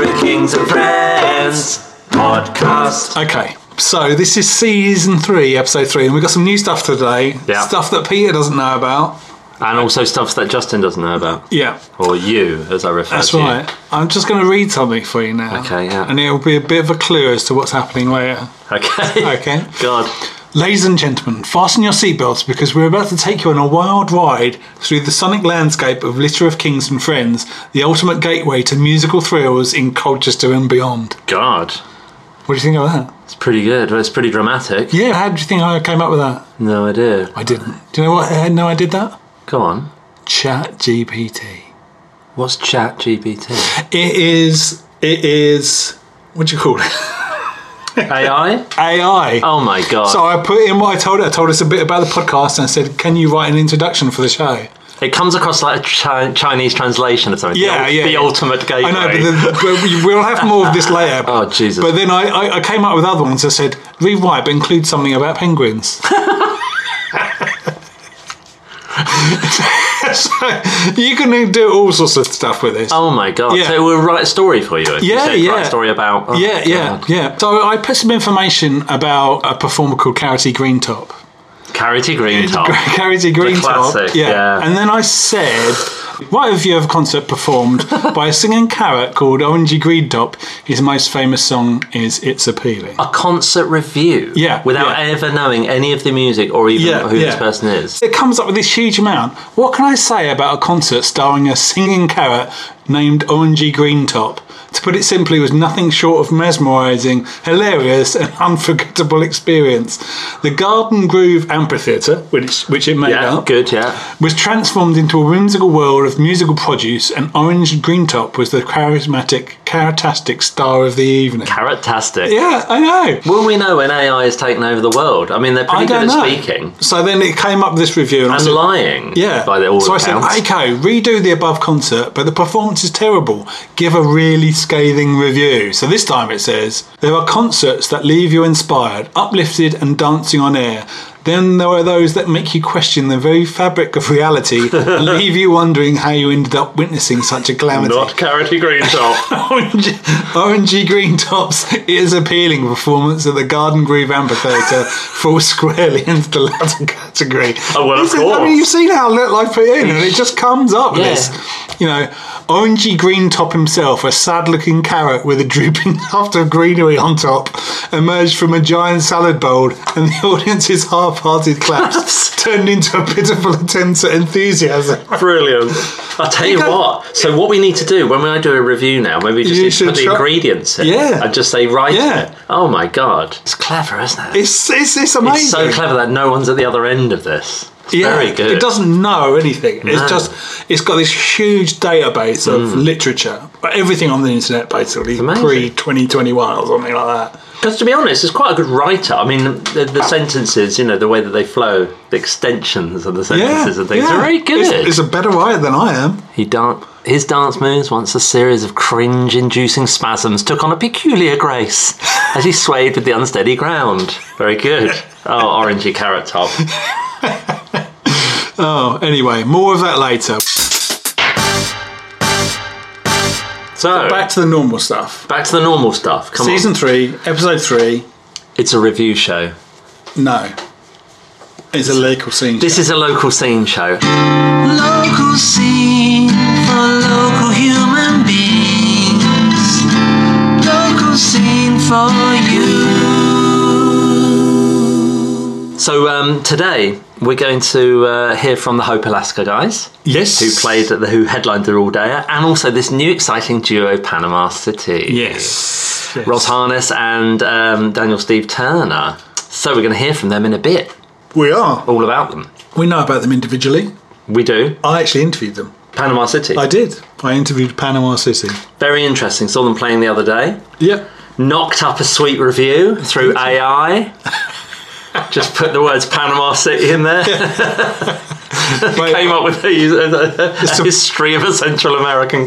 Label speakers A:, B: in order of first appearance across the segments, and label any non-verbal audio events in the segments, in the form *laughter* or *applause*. A: Vikings and Friends podcast.
B: Okay, so this is season three, episode three, and we've got some new stuff today.
C: Yeah.
B: Stuff that Peter doesn't know about.
C: And also stuff that Justin doesn't know about.
B: Yeah.
C: Or you, as I refer
B: That's
C: to you.
B: right. I'm just going to read something for you now.
C: Okay, yeah.
B: And it'll be a bit of a clue as to what's happening later.
C: Okay.
B: *laughs* Okay.
C: God.
B: Ladies and gentlemen, fasten your seatbelts because we're about to take you on a wild ride through the sonic landscape of Litter of Kings and Friends, the ultimate gateway to musical thrills in Colchester and beyond.
C: God.
B: What do you think of that?
C: It's pretty good. Well, it's pretty dramatic.
B: Yeah, how do you think I came up with that?
C: No idea.
B: I didn't. Do you know what? I know I did that?
C: Go on.
B: Chat GPT.
C: What's chat GPT?
B: It is. It is. What do you call it? *laughs*
C: AI?
B: AI.
C: *laughs* Oh my god.
B: So I put in what I told it. I told us a bit about the podcast, and I said, "Can you write an introduction for the show?"
C: It comes across like a chi- Chinese translation of something. The
B: Yeah,
C: ul-
B: yeah,
C: The
B: yeah.
C: ultimate gateway.
B: I know, but, then, but we- we'll have more of this later.
C: *laughs* Oh, Jesus.
B: But then I, I, I came up with other ones. I said, "Rewrite, but include something about penguins." *laughs* so you can do all sorts of stuff with this.
C: oh my god.
B: Yeah.
C: So it will write a story for you. If you
B: Yeah,
C: say it's
B: yeah.
C: Write a story about. *laughs* oh
B: yeah, yeah,
C: God.
B: yeah. So I put some information about a performer called Carity Greentop.
C: Carity Green Top.
B: *laughs* Carries a green
C: The
B: top.
C: classic,
B: yeah.
C: yeah.
B: And then I said, What have you ever concert
C: *laughs*
B: performed by a singing carrot called Orangey Green Top? His most famous song is It's Appealing.
C: a concert review.
B: Yeah,
C: Without
B: yeah.
C: ever knowing any of the music or even
B: Yeah,
C: who this
B: yeah.
C: person is.
B: It comes up with this huge amount. What can I say about a concert starring a singing carrot named Orangey Green Top? To put it simply, was nothing short of mesmerising, hilarious, and *laughs* unforgettable experience. The Garden Groove Amphitheatre, which which it made
C: Yeah.
B: up,
C: Good. Yeah.
B: was transformed into a whimsical world of musical produce, and Orange Greentop was the charismatic, charatastic star of the evening.
C: Carrotastic.
B: yeah, I know.
C: Will we know when AI is taken over the world? I mean, they're
B: I
C: pretty good
B: don't
C: at
B: know.
C: speaking
B: So then it came up with this review, and I
C: and
B: said,
C: lying.
B: "Yeah."
C: by the all
B: so I said,
C: accounts.
B: "Okay, redo the above concert, but the performance is terrible. Give a really scathing review." So this time it says, "There are concerts that leave you inspired, uplifted, and dancing on air." Then there are those that make you question the very fabric of reality
C: *laughs*
B: and leave you wondering how you ended up witnessing such a calamity.
C: Carroty
B: *laughs*
C: Green Top.
B: Orangey, orangey Green Top's is appealing performance at the Garden Groove Amphitheatre falls squarely *laughs* into the latter category.
C: Oh, well, of
B: This is- I
C: course.
B: mean, you've seen how little I put in, and it just comes up with
C: Yeah.
B: this. You know, Orangey Green Top himself, a sad looking carrot with a drooping *laughs* tuft of greenery on top, emerged from a giant salad bowl, and the *laughs* audience's half hearted
C: *laughs*
B: claps turned into a pitiful attempt at enthusiasm.
C: Brilliant. I'll tell you
B: don't-
C: what. So what we need to do when I do a review now, maybe just
B: You
C: need to
B: should
C: put the
B: try-
C: ingredients in.
B: Yeah.
C: And just say write
B: Yeah.
C: it. Oh my god. It's clever, isn't it?
B: It's, it's, it's amazing.
C: It's so clever that no one's at the other end of this. It's very good.
B: It doesn't know anything. It's
C: No. Mm.
B: just it's got this huge database of literature, everything on the internet basically
C: amazing.
B: pre twenty twenty one or something like that.
C: Because to be honest, it's quite a good writer. I mean, the, the sentences, you know, the way that they flow, the extensions of the sentences and things are very good.
B: It's, it's a better writer than I am.
C: He dan- his dance moves, once a series of cringe inducing spasms, took on a peculiar grace as he swayed with the unsteady ground. Very good. Oh, orangey carrot top.
B: Oh, anyway, more of that later.
C: So,
B: Back
C: back,
B: to the normal stuff.
C: to the normal stuff. Come
B: Season three, episode three.
C: on. It's a review show.
B: No, it's a lyrical scene.
C: This is a local scene show.
D: local scene for local human beings. Local scene for you.
C: So, um, today we're going to uh, hear from the Hope Alaska guys.
B: yes,
C: Who played at the Who headlined the All Day, and also this new exciting duo, Panama City.
B: Yes, yes.
C: Ross Harness and um, Daniel Steve Turner. So we're going to hear from them in a bit,
B: We are.
C: all about them.
B: We know about them individually.
C: We do.
B: I actually interviewed them.
C: Panama City.
B: I did. I interviewed Panama City.
C: Very interesting. Saw them playing the other day.
B: Yep.
C: Knocked up a sweet
B: *laughs*
C: review through AI. Just put the words Panama City
B: *laughs*
C: in there.
B: Wait,
C: Came up with a, a, a history of a Central American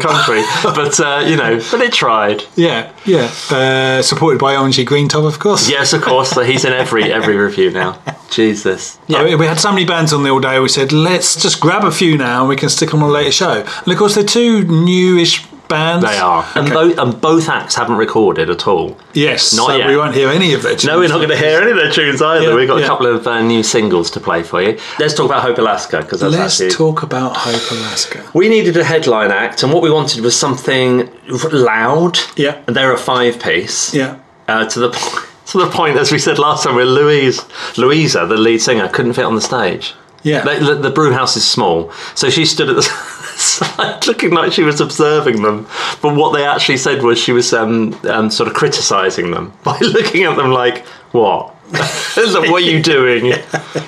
B: *laughs*
C: country. but, uh, you know, but it tried.
B: Yeah, yeah. Uh, supported by Orangey Green Top, of course.
C: Yes, of course. So he's in every every
B: *laughs*
C: review now. Jesus.
B: Yeah, we- we had so many bands on the all day. We said let's just grab a few now, and we can stick them on a later show. And of course, they're two newish bands?
C: They are. And,
B: Oh, Okay.
C: bo- and both acts haven't recorded at all.
B: Yes,
C: Not
B: so
C: yet.
B: we won't hear any of their tunes.
C: No, we're not going to hear any of their tunes either.
B: Yeah,
C: We've got
B: yeah.
C: a couple of uh, new singles to play for you. Let's talk about Hope Alaska because that's
B: Let's
C: actually.
B: talk about Hope Alaska.
C: we needed a headline act, and what we wanted was something r- loud.
B: Yeah.
C: And they're a five piece.
B: Yeah.
C: Uh, to the po- *laughs* to the point, as we said last time, where Louise Louisa, the lead singer, couldn't fit on the stage.
B: Yeah.
C: The, the, the brew house is small, so she stood at the *laughs* side looking like she was observing them. But what they actually said was she was um, um, sort of criticising them *laughs* by looking at them like, "What? *laughs* Look, what are you doing?"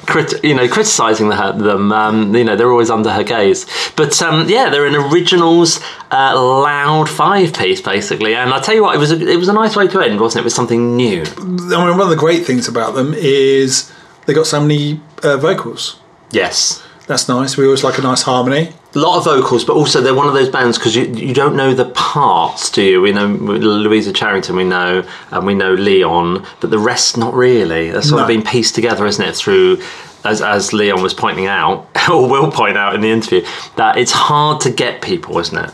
C: Crit- you know, criticising the, them. Um, you know, they're always under her gaze. But um, yeah, they're an originals, uh, loud five piece basically. And I tell you what, it was a, it was a nice way to end, wasn't it? With something new.
B: I mean, one of the great things about them is they got so many uh, vocals.
C: Yes.
B: That's nice. We always like a nice harmony.
C: lot of vocals, but also they're one of those bands because you you don't know the parts, do you? We know Louisa Charrington, we know, and we know Leon, but the rest not really. That's sort of
B: No.
C: been pieced together, isn't it? Through as as Leon was pointing out, *laughs* or will point out in the interview, that it's hard to get people, isn't it,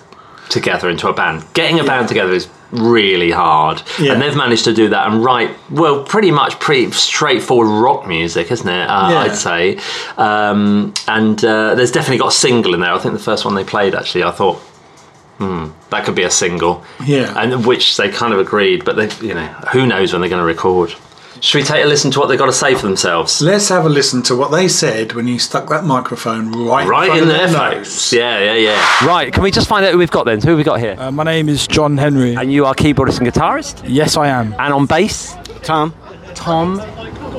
C: together into a band. Getting a band together is really hard,
B: Yeah.
C: and they've managed to do that and write well, pretty much pretty straightforward rock music, isn't it? Uh,
B: Yeah.
C: I'd say say. Um, and uh, there's definitely got a single in there. I think the first one they played, actually, I thought, hmm, that could be a single.
B: Yeah.
C: And which they kind of agreed, but they, you know, who knows when they're going to record. Should we take a listen to what they've got to say for themselves?
B: Let's have a listen to what they said when you stuck that microphone right,
C: Right
B: front of
C: in their
B: nose.
C: face. Yeah, yeah, yeah. Right, can we just find out who we've got then? Who have we got here?
E: Uh, my name is John Henry.
C: and you are keyboardist and guitarist,
E: Yes, I am.
C: and on bass,
F: Tom.
C: Tom.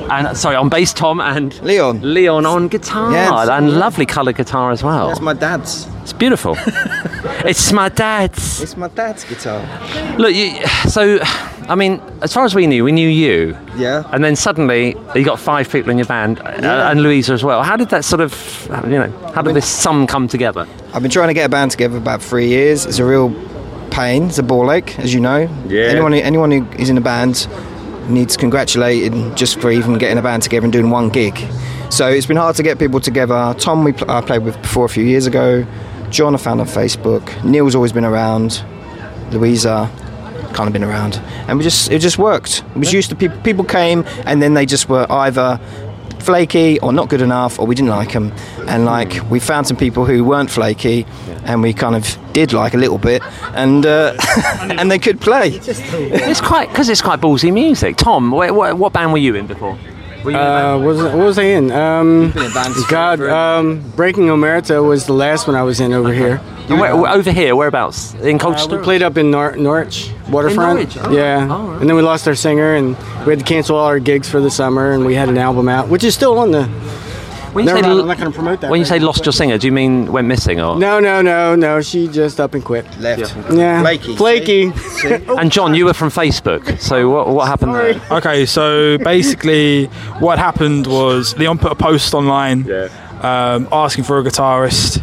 C: And sorry, on bass, Tom and
F: Leon.
C: Leon on guitar,
F: Yes.
C: and lovely coloured guitar as well.
F: That's my dad's.
C: It's beautiful. *laughs* it's my dad's.
F: It's my dad's guitar.
C: Look, you, so, I mean, as far as we knew, we knew you.
F: Yeah.
C: And then suddenly you got five people in your band, uh,
F: Yeah.
C: and Louisa as well. How did that sort of, you know, how did this sum come together?
F: I've been trying to get a band together for about three years. It's a real pain. It's a ball ache, as you know.
C: Yeah.
F: Anyone who, anyone who is in a band needs congratulating just for even getting a band together and doing one gig. So it's been hard to get people together. Tom, we pl- I played with before a few years ago. John, I found on Facebook. Neil's always been around. Louisa, kind of been around, and we just it just worked. It was used to people. People came, and then they just were either flaky or not good enough, or we didn't like them. And like we found some people who weren't flaky, and we kind of did like a little bit, and uh, *laughs* and they could play.
C: It's quite, because it's quite ballsy music. Tom, wh- wh- what band were you in before? Were you in a band?
G: Uh, was, what was I in? Um,
F: in bands for-
G: God,
F: for-
G: um, Breaking Omerta was the last one I was in over here.
C: And where- where- over here, whereabouts? In
G: Uh,
C: Colchester?
G: we played up in Nor- Norwich, waterfront.
C: Norwich, oh.
G: yeah,
C: Oh, right.
G: and then we lost our singer, and we had to cancel all our gigs for the summer, and we had an album out, which is still on the.
C: when
G: Never mind,
C: l-
G: I'm not going to promote that.
C: when you say
G: thing.
C: lost your singer, do you mean went missing or?
G: No, no, no, no. She just up and quit.
F: Left.
G: Yeah,
F: Flaky.
G: Flaky. *laughs*
C: And John, you were from Facebook, so what, what happened there?
E: Okay, so basically, what happened was Leon put a post online um, asking for a guitarist.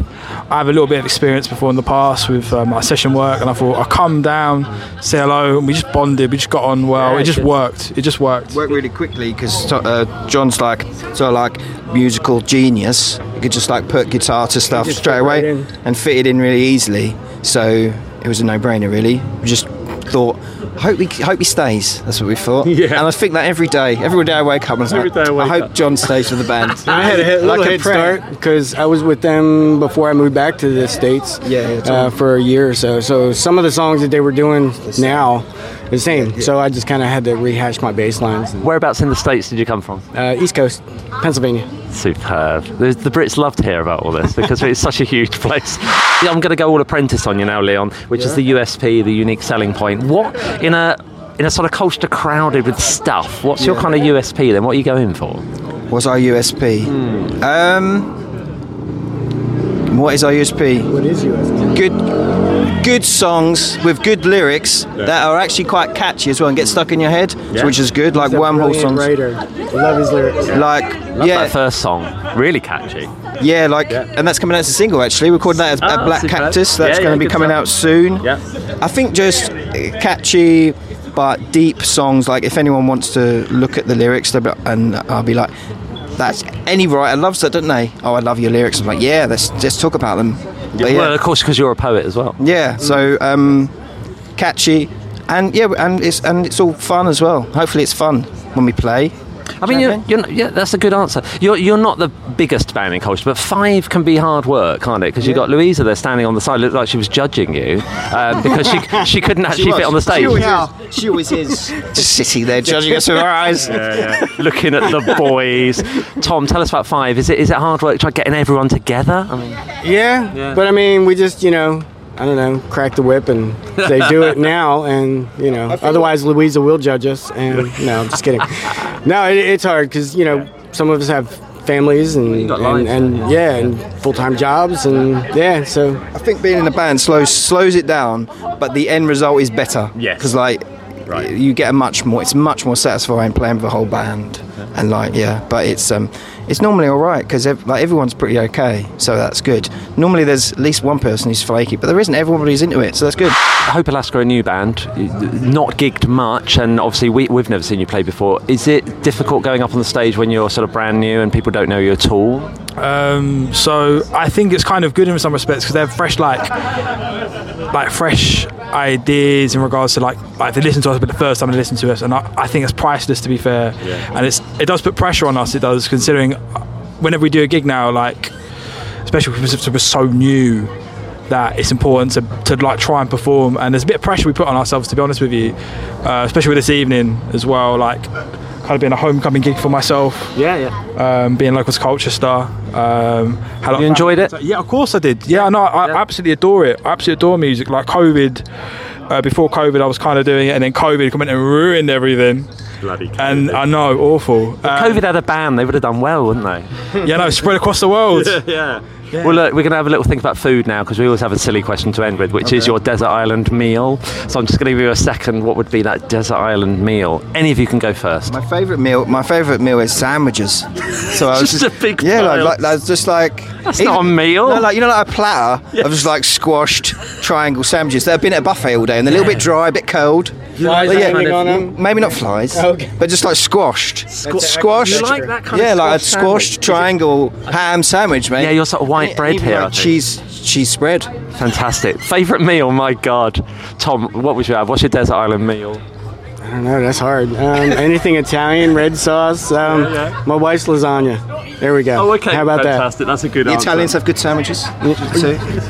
E: I have a little bit of experience before in the past with uh, my session work, and I thought I'll come down, say hello, and we just bonded. We just got on
G: Oh,
E: well. it just worked. It just worked.
F: worked really quickly because uh, John's like so like musical genius. You could just like put guitar to stuff
G: just
F: straight
G: fit right
F: away
G: in.
F: and fit it in really easily. So it was a no-brainer, really. We just thought, hope he hope he stays. That's what
G: *laughs*
F: we thought. Yeah. And I think that every day, every day I wake up, and every
G: day I wake
F: hope John stays with the band.
G: *laughs* I had a head,
F: Like
G: little
F: a
G: head
F: prayer.
G: start because I was with them before I moved back to the states.
F: Yeah, yeah,
G: uh,
F: totally.
G: for a year or so. So some of the songs that they were doing now, the same. So I just kind of had to rehash my bass lines.
C: Whereabouts in the States did you come from?
G: Uh, East Coast, Pennsylvania.
C: Superb. The, the Brits love to hear about all this because it's such a huge place. Yeah, I'm going to go all apprentice on you now, Leon, which is the USP, the unique selling point. What in a in a sort of culture crowded with stuff? What's your kind of USP then? What are you going for?
F: What's our USP? Um, what is our USP? What is USP? Good, good songs with good lyrics that are actually quite catchy as well and get stuck in your head, so which is good. Like
G: He's a
F: wormhole
G: brilliant
F: songs,
G: Writer. Love his lyrics.
F: like
C: That
F: yeah,
C: first song, really catchy.
F: yeah, like, and that's coming out as a single actually. We recorded that at, at
C: Ah,
F: Black
C: superb.
F: Cactus.
C: Yeah,
F: That's
C: yeah,
F: going to be
C: good
F: coming
C: stuff.
F: out soon.
C: Yeah.
F: I think just uh, catchy but deep songs. Like if anyone wants to look at the lyrics, they'll be, and I'll be like, "That's any writer loves that, don't they?" Oh, I love your lyrics. I'm like, "Yeah, let's just talk about them." But yeah.
H: Well, of course, because you're a poet as well.
F: Yeah, so um, catchy, and yeah, and it's and it's all fun as well. Hopefully, it's fun when we play.
H: I mean, you're,
F: Okay.
H: you're, not- yeah, that's a good answer. You're, you're not the biggest band in culture, but five can be hard work, can't it? Because you've got Louisa there standing on the side, looked like she was judging you um, because she, *laughs* she
F: *laughs*
H: couldn't actually fit on the stage.
F: is. She always is. Just sitting there judging us with our
H: *laughs*
F: eyes.
H: Looking at
F: *laughs*
H: the boys. Tom, tell us about five. Is it, is it hard work trying getting everyone together? I mean,
G: Yeah,
H: Yeah.
G: but I mean, we just you know, I don't know, crack the whip, and they do it now, and you know, otherwise Louisa will judge us. And no, I'm just kidding. No, it, it's hard because you know some of us have families and
H: got
G: and,
H: lives,
G: and yeah, and full time jobs, and Mm. yeah, so
F: I think being in a band slows slows it down, but the end result is better.
C: Yes.
F: Because like,
C: Right.
F: you get a much more. It's much more satisfying playing with a whole band, and like yeah, but it's um, it's normally all right because ev- like everyone's pretty okay, so that's good. Normally there's at least one person who's flaky, but there isn't. Everybody's into it, so that's good.
H: Hope Alaska, a new band, not gigged much, and obviously we, we've never seen you play before. Is it difficult going up on the stage when you're sort of brand new and people don't know you at all?
E: Um, so I think it's kind of good in some respects because they're fresh, like like fresh ideas in regards to like like they listen to us, but the first time they listen to us, and I, I think it's priceless to be fair. And it's it does put pressure on us. It does considering uh, whenever we do a gig now, like especially because we're so new. That it's important to, to like try and perform, and there's a bit of pressure we put on ourselves to be honest with you, uh, especially with this evening as well. Like, kind of being a homecoming gig for myself,
H: Yeah, yeah.
E: um, being local to Culture Star. Um, had a-
H: You enjoyed it?
E: Yeah, of course I did. Yeah, no, I, I absolutely adore it. I absolutely adore music. Like COVID, uh, before COVID, I was kind of doing it, and then COVID come in and ruined everything.
C: Bloody kid.
E: And I know, awful. Um,
H: COVID had a ban, they would have done well, wouldn't they?
E: *laughs* yeah, no, spread across
H: *laughs*
E: the world.
C: *laughs* yeah.
H: Well, look, we're going to have a little think about food now because we always have a silly question to end with, which is your desert island meal. So I'm just going to give you a second. What would be that desert island meal? Any of you can go first.
F: My favorite meal. My favorite meal is sandwiches.
H: *laughs*
F: So I was
H: Just a big
F: yeah, like,
H: pile.
F: like that's just like that's
H: not a meal.
F: No, like you know, like a platter of just like squashed triangle sandwiches. They've been at a buffet all day and they're a little bit dry, a bit cold.
H: Flies
F: But
H: are kind of- Oh,
G: on them.
F: Maybe not flies,
G: Okay.
F: but just like squashed, squashed.
H: You like that kind of
F: yeah, like a
H: squashed
F: squashed triangle ham
C: *laughs*
F: sandwich, mate.
H: Yeah, your sort of white
F: And
H: bread
F: even,
H: here, I
F: like,
H: think.
F: cheese, cheese spread.
H: Fantastic. Favourite meal? My God. Tom, what would you have? What's your desert island meal?
G: I don't know. That's hard. Um, anything Italian, red sauce. Um, My wife's lasagna. There we go. How about
C: Fantastic. That's a good
F: uh, The
C: answer.
F: Italians have good sandwiches. So,
C: *laughs*
F: you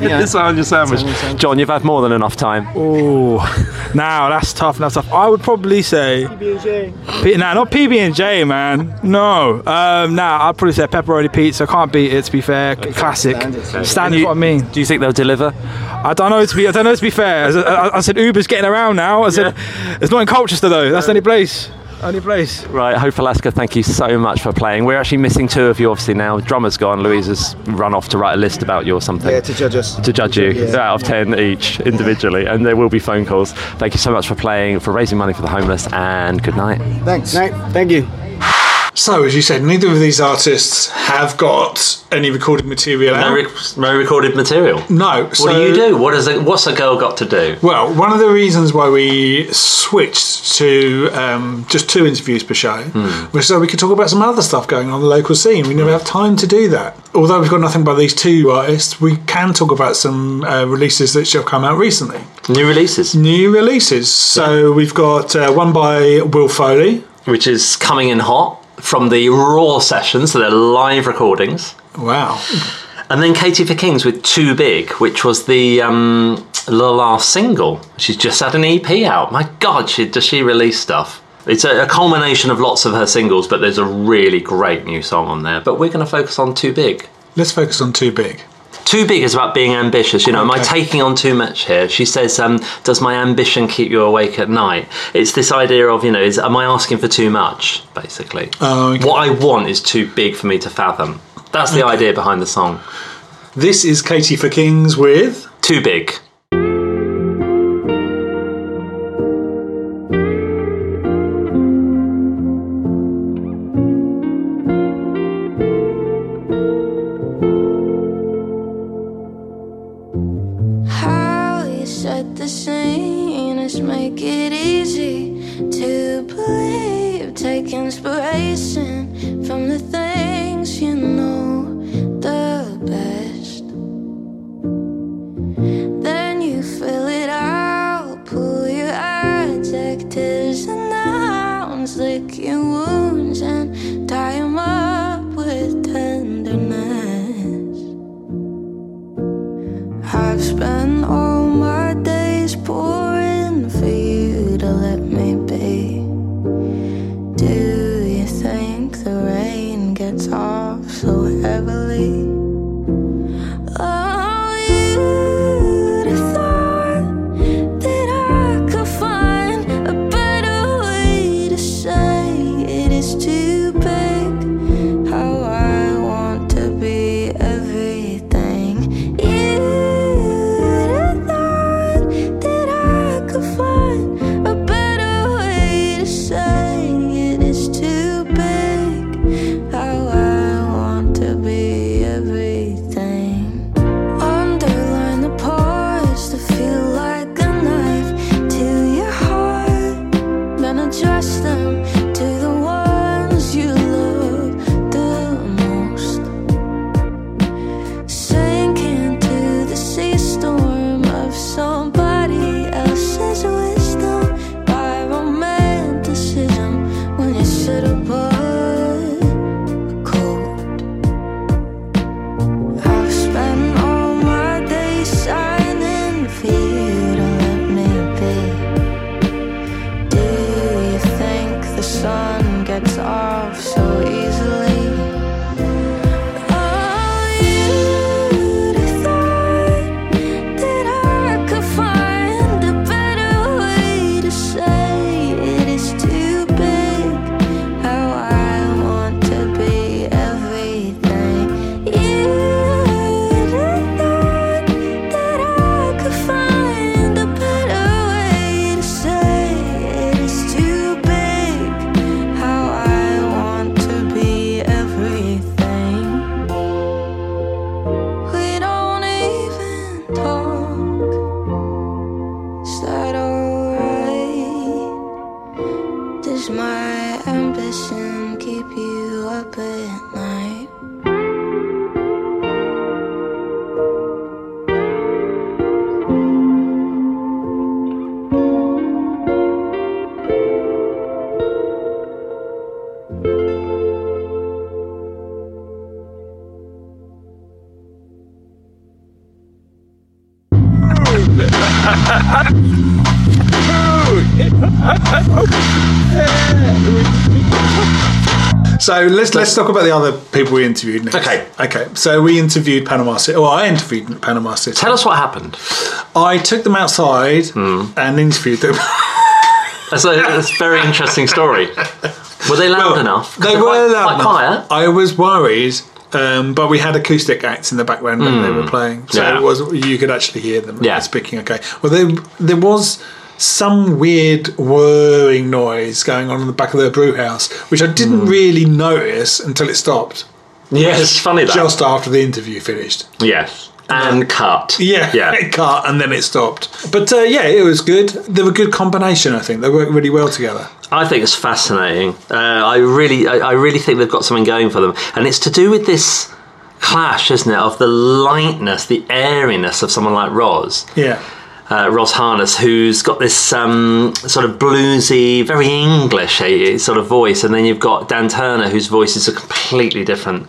F: know.
C: Lasagna sandwich.
H: John, you've had more than enough time.
E: Ooh, now that's tough. That's tough. I would probably say P- nah, not PB and J, man. No, um, nah, I'd probably say pepperoni pizza. Can't beat it. To be fair, classic. Standard. What I mean.
H: Do you think they'll deliver?
E: I don't know to be. I don't know to be fair. I, I- I said Uber's getting around now. I said it's not in Colchester though. That's the
H: *laughs*
E: only place. Only place.
H: Right, Hope Alaska, thank you so much for playing. We're actually missing two of you, obviously, now. Drummer's gone. Louisa's run off to write a list about you or something.
F: yeah, to judge us.
H: to judge you
F: Yeah.
H: out of 10 each individually and there will be phone calls thank you so much for playing for raising money for the homeless and good night
F: Thanks.
G: that? Right, thank you.
B: So, as you said, neither of these artists have got any recorded material
C: No,
B: out.
C: rec- no recorded material.
B: no.
C: What do you do? What is it? What's a girl got to do?
B: Well, one of the reasons why we switched to um, just two interviews per show was so we could talk about some other stuff going on in the local scene. We never have time to do that. Although we've got nothing by these two artists, we can talk about some uh, releases that have come out recently.
C: New releases,
B: New releases. So we've got uh, one by Will Foley.
C: which is coming in hot from the raw sessions, so they're live recordings.
B: Wow.
C: And then Katie for Kings with Too Big, which was the um, the last single. She's just had an EP out. My God, she, does she release stuff? It's a, a culmination of lots of her singles, but there's a really great new song on there. But we're going to focus on Too Big.
B: Let's focus on Too Big.
C: Too big is about being ambitious. You know, am I taking on too much here? She says, um, "Does my ambition keep you awake at night?" It's this idea of, you know, is am I asking for too much? Basically,
B: Oh, okay.
C: what I want is too big for me to fathom. That's the idea behind the song.
B: This is Katie for Kings with.
C: Too big.
I: How you set the scene is make it easy to believe. Take inspiration from the things you know the best. kisses and nouns, licking wounds and tie 'em up with tenderness. I've spent all my days pouring for you to let me be. Do you think the rain gets off so heavily? Oh, you'd have thought that I could find a better way to say it is too big. How I want to be everything. You'd have thought that I could find a better way to say it is too big. How I want to be everything. Underline the pause to feel like a knife to your heart. Then adjust them to the ones you love the most. Sink into the sea storm of somebody else's wisdom by romanticism when you should have bought a coat. I've spent all my days signing for you to let me be. Do you think the sun gets off so easily? Oh, you'd have thought that I could find a better way to say it is too big. How I want to be everything. You'd have thought that I could find a better way to say it is too big. How I want to be everything. We don't even talk. Is that alright? Does my ambition keep you up at night?
B: So let's let's talk about the other people we interviewed next.
C: Okay.
B: Okay. So we interviewed Panama City. Well, I interviewed Panama City.
C: Tell us what happened. Hmm.
B: I took them outside and interviewed them.
C: That's a, that's a very interesting story. Were they loud enough? 'Cause
B: They
C: they're
B: were
C: quite,
B: loud
C: quite
B: enough.
C: quiet.
B: I was worried, um, but we had acoustic acts in the background when they were playing, so
C: Hmm. Yeah.
B: it was you could actually hear them
C: Yeah.
B: speaking. Okay. Well, there there was some weird whirring noise going on in the back of their brew house, which I didn't really notice until it stopped
C: Yes, Hmm. it's funny that.
B: just after the interview finished.
C: yes, and cut.
B: Yeah,
C: yeah.
B: *laughs* it cut and then it stopped. But uh, yeah, it was good. They were a good combination. I think they worked really well together.
C: I think it's fascinating. Uh, I really, I, I really think they've got something going for them, and it's to do with this clash, isn't it, of the lightness, the airiness of someone like Roz.
B: Yeah.
C: uh, Ross Harness, who's got this um, sort of bluesy, very English eh, sort of voice, and then you've got Dan Turner, whose voice is a completely different,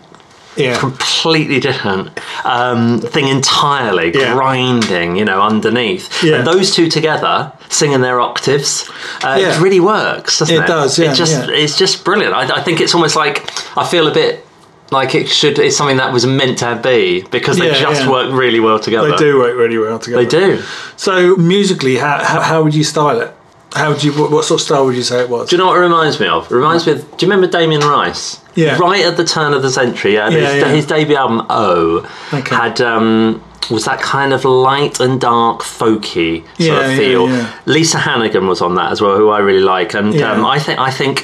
B: Yeah.
C: completely different um, thing entirely,
B: Yeah.
C: grinding, you know, underneath.
B: Yeah.
C: And those two together singing their octaves, uh,
B: Yeah.
C: it really works, doesn't
B: It
C: it?
B: does, yeah,
C: It just,
B: yeah.
C: It's just brilliant. I, I think it's almost like I feel a bit. Like it should, it's something that was meant to be because they
B: Yeah,
C: just
B: yeah.
C: work really well together.
B: They do work really well together.
C: They do.
B: So musically, how, how, how would you style it? How would you what, what sort of style would you say it was?
C: Do you know what it reminds me of? It reminds me of. Do you remember Damien Rice?
B: Yeah.
C: Right at the turn of the century, yeah.
B: Yeah,
C: his,
B: yeah.
C: his debut album O
B: Okay.
C: had um, was that kind of light and dark, folky sort
B: Yeah, yeah,
C: of feel.
B: yeah.
C: Lisa Hannigan was on that as well, who I really like, and
B: Yeah.
C: um, I think I think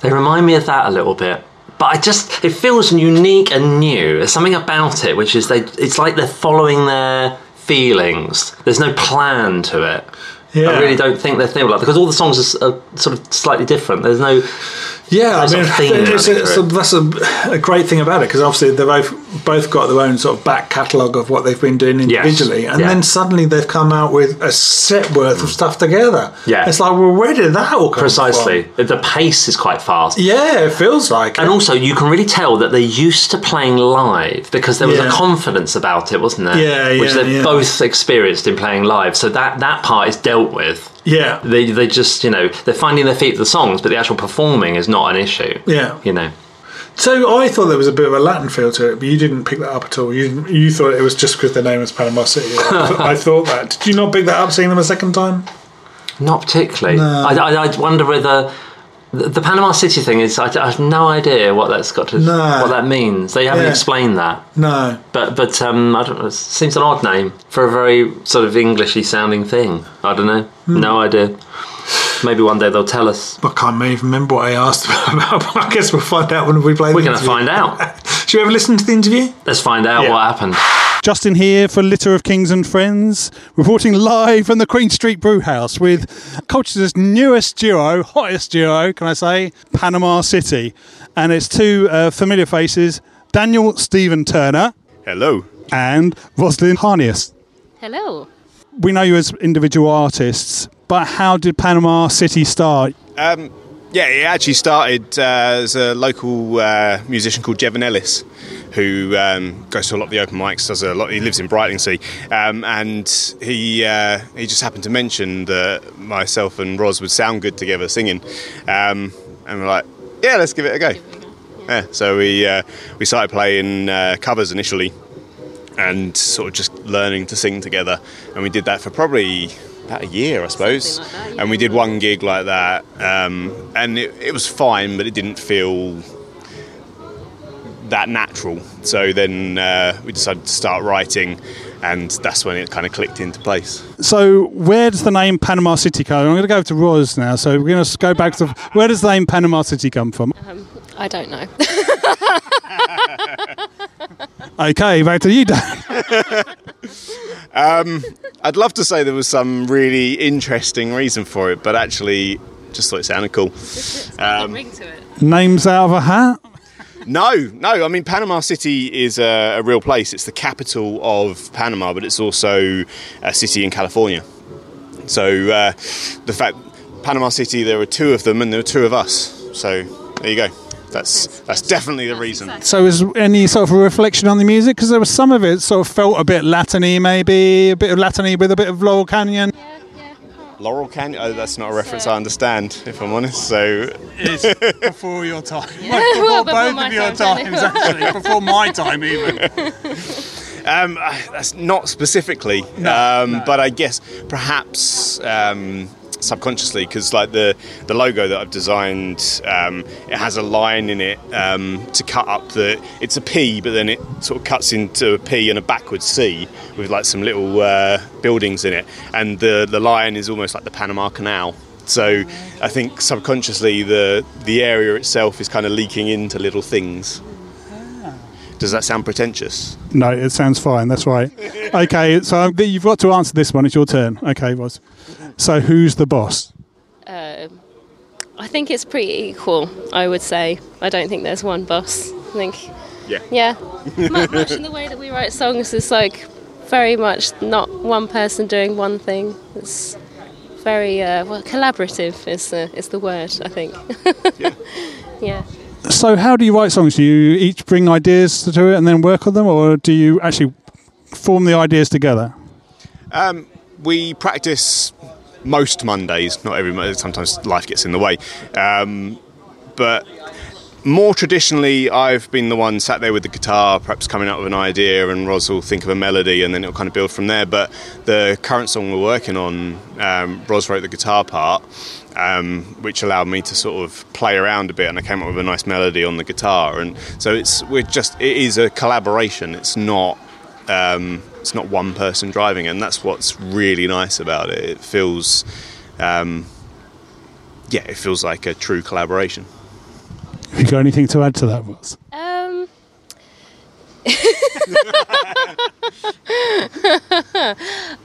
C: they remind me of that a little bit. But I just it feels unique and new. There's something about it which is they. It's like they're following their feelings. There's no plan to it.
B: yeah.
C: I really don't think they're thinking like that because all the songs are, s- are sort of slightly different. There's no
B: Yeah, I
C: There's a
B: mean,
C: theme
B: *laughs* it's,
C: running
B: it's a,
C: through
B: that's a, a great thing about it because obviously they've both, both got their own sort of back catalogue of what they've been doing individually, and
C: yeah. Mm.
B: then suddenly they've come out with a set worth of stuff together.
C: Yeah.
B: it's like, well, where did that all come
C: Precisely.
B: from?
C: The pace is quite fast.
B: Yeah, it feels like
C: And
B: it.
C: also, you can really tell that they're used to playing live because there was
B: Yeah.
C: a confidence about it, wasn't there?
B: Yeah,
C: Which
B: yeah,
C: they've
B: yeah.
C: both experienced in playing live. So that, that part is dealt with.
B: yeah,
C: They, they just, you know, they're finding their feet with the songs, but the actual performing is not an issue.
B: Yeah.
C: You know.
B: So I thought there was a bit of a Latin feel to it, but you didn't pick that up at all. You didn't- you thought it was just because the name was Panama City. I thought that. Did you not pick that up seeing them a second time?
C: Not particularly. I, I, I wonder whether the, the Panama City thing is. I, I have no idea what that's got to
B: No.
C: what that means. They haven't
B: Yeah.
C: explained that.
B: No.
C: But but um, I don't know. It seems an odd name for a very sort of Englishy sounding thing. I don't know.
B: Hmm.
C: No idea. Maybe one day they'll tell us.
B: I can't even remember what I asked about. *laughs* but I guess *laughs* we'll find out when we play.
C: We're
B: the
C: going to
B: interview. *laughs*
C: find out.
B: Should we ever listen to the interview?
C: Let's find out
B: Yeah.
C: what happened.
J: Justin here for Litter of Kings and Friends, reporting live from the Queen Street Brew House with Colchester's newest duo, hottest duo, can I say, Panama City. And it's two uh, familiar faces, Daniel Stephen Turner. Hello. And Roslyn Harnius.
K: Hello.
J: We know you as individual artists, but how did Panama City start?
L: Um, yeah, it actually started uh, as a local uh, musician called Jevon Ellis, who um, goes to a lot of the open mics. Does a lot. He lives in Brightlingsea, um, and he uh, he just happened to mention that myself and Roz would sound good together singing, um, and we're like, yeah, let's give it a go. Yeah, so we uh, we started playing uh, covers initially, and sort of just learning to sing together. And we did that for probably about a year, I suppose. And we did one gig like that, um, and it, it was fine, but it didn't feel that natural. So then uh, we decided to start writing, and that's when it kind of clicked into place. *laughs*
J: So, where does the name Panama City come? I'm going to go to Roz now. So, we're going to go back to where does the name Panama City come from?
K: I don't know.
J: Okay, back to you, Dan. *laughs*
L: Um, I'd love to say there was some really interesting reason for it, but actually, just thought it sounded cool. Um,
J: Names out of a hat.
L: No, no. I mean, Panama City is a, a real place. It's the capital of Panama, but it's also a city in California. So uh, the fact Panama City, there were two of them, and there were two of us. So there you go. That's that's definitely the reason.
J: So, is any sort of reflection on the music? Because there was some of it sort of felt a bit Latin-y, maybe a bit of Latin-y with a bit of Laurel Canyon.
L: Laurel Canyon. Oh, that's not a reference I understand, if I'm honest. So
J: It's *laughs* *laughs* before your time.
K: *laughs*
J: before
K: Well, before
J: both
K: my
J: of your
K: time,
J: times, actually. Before my time, even.
L: *laughs* Um, uh, that's not specifically, um, but I guess perhaps um, subconsciously, because like the the logo that I've designed, um, it has a line in it um, to cut up the. It's a P, but then it sort of cuts into a P and a backwards C with like some little uh, buildings in it, and the the line is almost like the Panama Canal. So I think subconsciously the the area itself is kind of leaking into little things. Does that sound pretentious?
J: No, it sounds fine. That's right. Okay, so um, you've got to answer this one. It's your turn. Okay, Roz. So, who's the boss?
K: Um, I think it's pretty equal, I would say. I don't think there's one boss. I think,
L: Yeah.
K: yeah. Mu- much in the way that we write songs is like very much not one person doing one thing. It's very uh, well collaborative is the is the word I think. *laughs* yeah.
J: So, how do you write songs? Do you each bring ideas to it and then work on them, or do you actually form the ideas together?
L: Um, we practice most Mondays, not every Monday. Sometimes life gets in the way, um, but more traditionally, I've been the one sat there with the guitar, perhaps coming up with an idea, and Roz will think of a melody, and then it'll kind of build from there. But the current song we're working on, um, Roz wrote the guitar part, um, which allowed me to sort of play around a bit, and I came up with a nice melody on the guitar. And so it's we're just it is a collaboration. It's not um, it's not one person driving, it, and that's what's really nice about it. It feels. Um, yeah, it feels like a true collaboration.
J: Have you got anything to add to that, Roz?
K: Um. *laughs*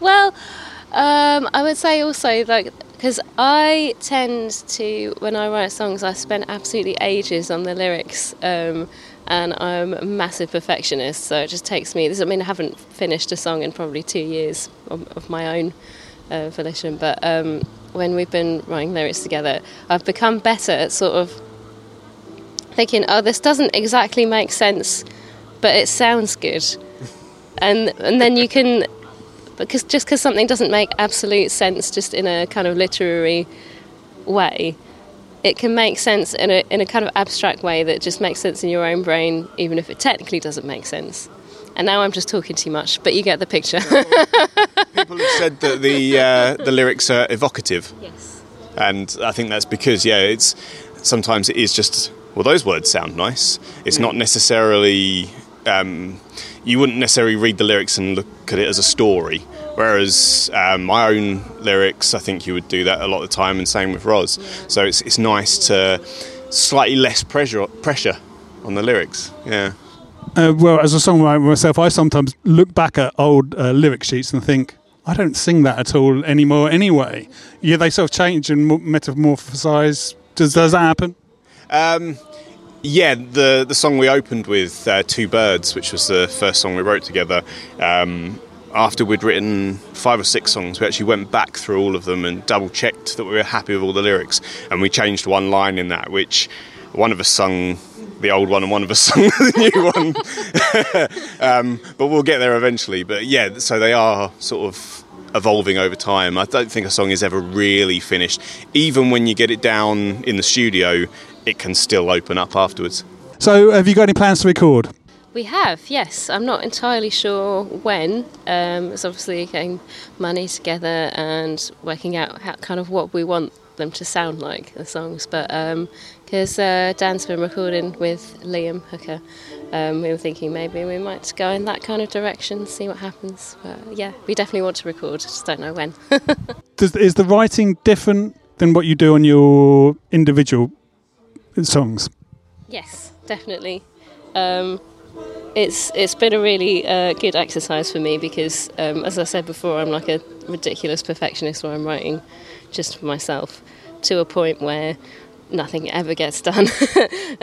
K: well, um, I would say also like Because I tend to, when I write songs, I spend absolutely ages on the lyrics, um, and I'm a massive perfectionist, so it just takes me. This doesn't mean I haven't finished a song in probably two years of, of my own uh, volition, but um, when we've been writing lyrics together, I've become better at sort of thinking, oh, this doesn't exactly make sense, but it sounds good. And, and then you can, because just because something doesn't make absolute sense just in a kind of literary way, it can make sense in a, in a kind of abstract way that just makes sense in your own brain, even if it technically doesn't make sense. And now I'm just talking too much, but you get the picture. *laughs*
L: said that the uh, the lyrics are evocative.
K: Yes.
L: And I think that's because yeah, it's sometimes it is just well those words sound nice. It's not necessarily um, you wouldn't necessarily read the lyrics and look at it as a story. Whereas um, my own lyrics, I think you would do that a lot of the time, and same with Roz. So it's it's nice to slightly less pressure pressure on the lyrics. Yeah.
J: Uh, well, as a songwriter myself, I sometimes look back at old uh, lyric sheets and think, I don't sing that at all anymore anyway. Yeah, they sort of change and mo- metamorphosize. Does, does that happen?
L: Um, yeah, the the song we opened with, uh, Two Birds, which was the first song we wrote together. Um, after we'd written five or six songs, we actually went back through all of them and double checked that we were happy with all the lyrics, and we changed one line in that, which one of us sung the old one and one of us *laughs* sung the new one. um, but we'll get there eventually. But yeah, so they are sort of evolving over time. I don't think a song is ever really finished. Even when you get it down in the studio, it can still open up afterwards.
J: So, have you got any plans to record?
K: We have, yes. I'm not entirely sure when. Um, it's obviously getting money together and working out how, kind of what we want them to sound like, the songs. But because uh, Dan's been recording with Liam Hooker, um, we were thinking maybe we might go in that kind of direction, see what happens. But yeah, we definitely want to record, just don't know when.
J: Does, is the writing different than what you do on your individual songs?
K: Yes, definitely. Um, it's it's been a really uh, good exercise for me because, um, as I said before, I'm like a ridiculous perfectionist where I'm writing just for myself to a point where nothing ever gets done, *laughs*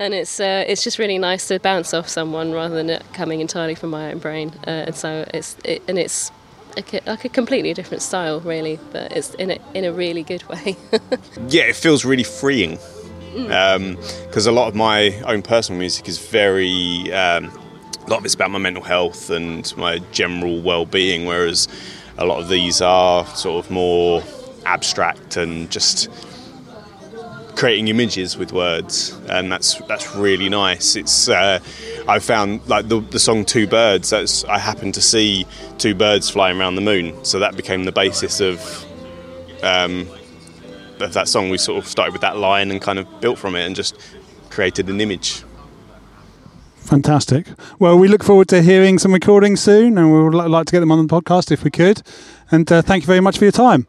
K: and it's uh, it's just really nice to bounce off someone rather than it coming entirely from my own brain. Uh, and so it's it, and it's. a co- Like a completely different style, really, but it's in a in a really good *laughs* way.
L: yeah, it feels really freeing because a lot of my own personal music is very um, a lot of it's about my mental health and my general well-being, whereas a lot of these are sort of more abstract and just creating images with words, and that's that's really nice. It's uh, I found like the, the song Two Birds. That's I happened to see two birds flying around the moon, so that became the basis of um, of that song. We sort of started with that line and kind of built from it, and just created an image.
J: Fantastic. Well, we look forward to hearing some recordings soon, and we would li- like to get them on the podcast if we could. And uh, thank you very much for your time.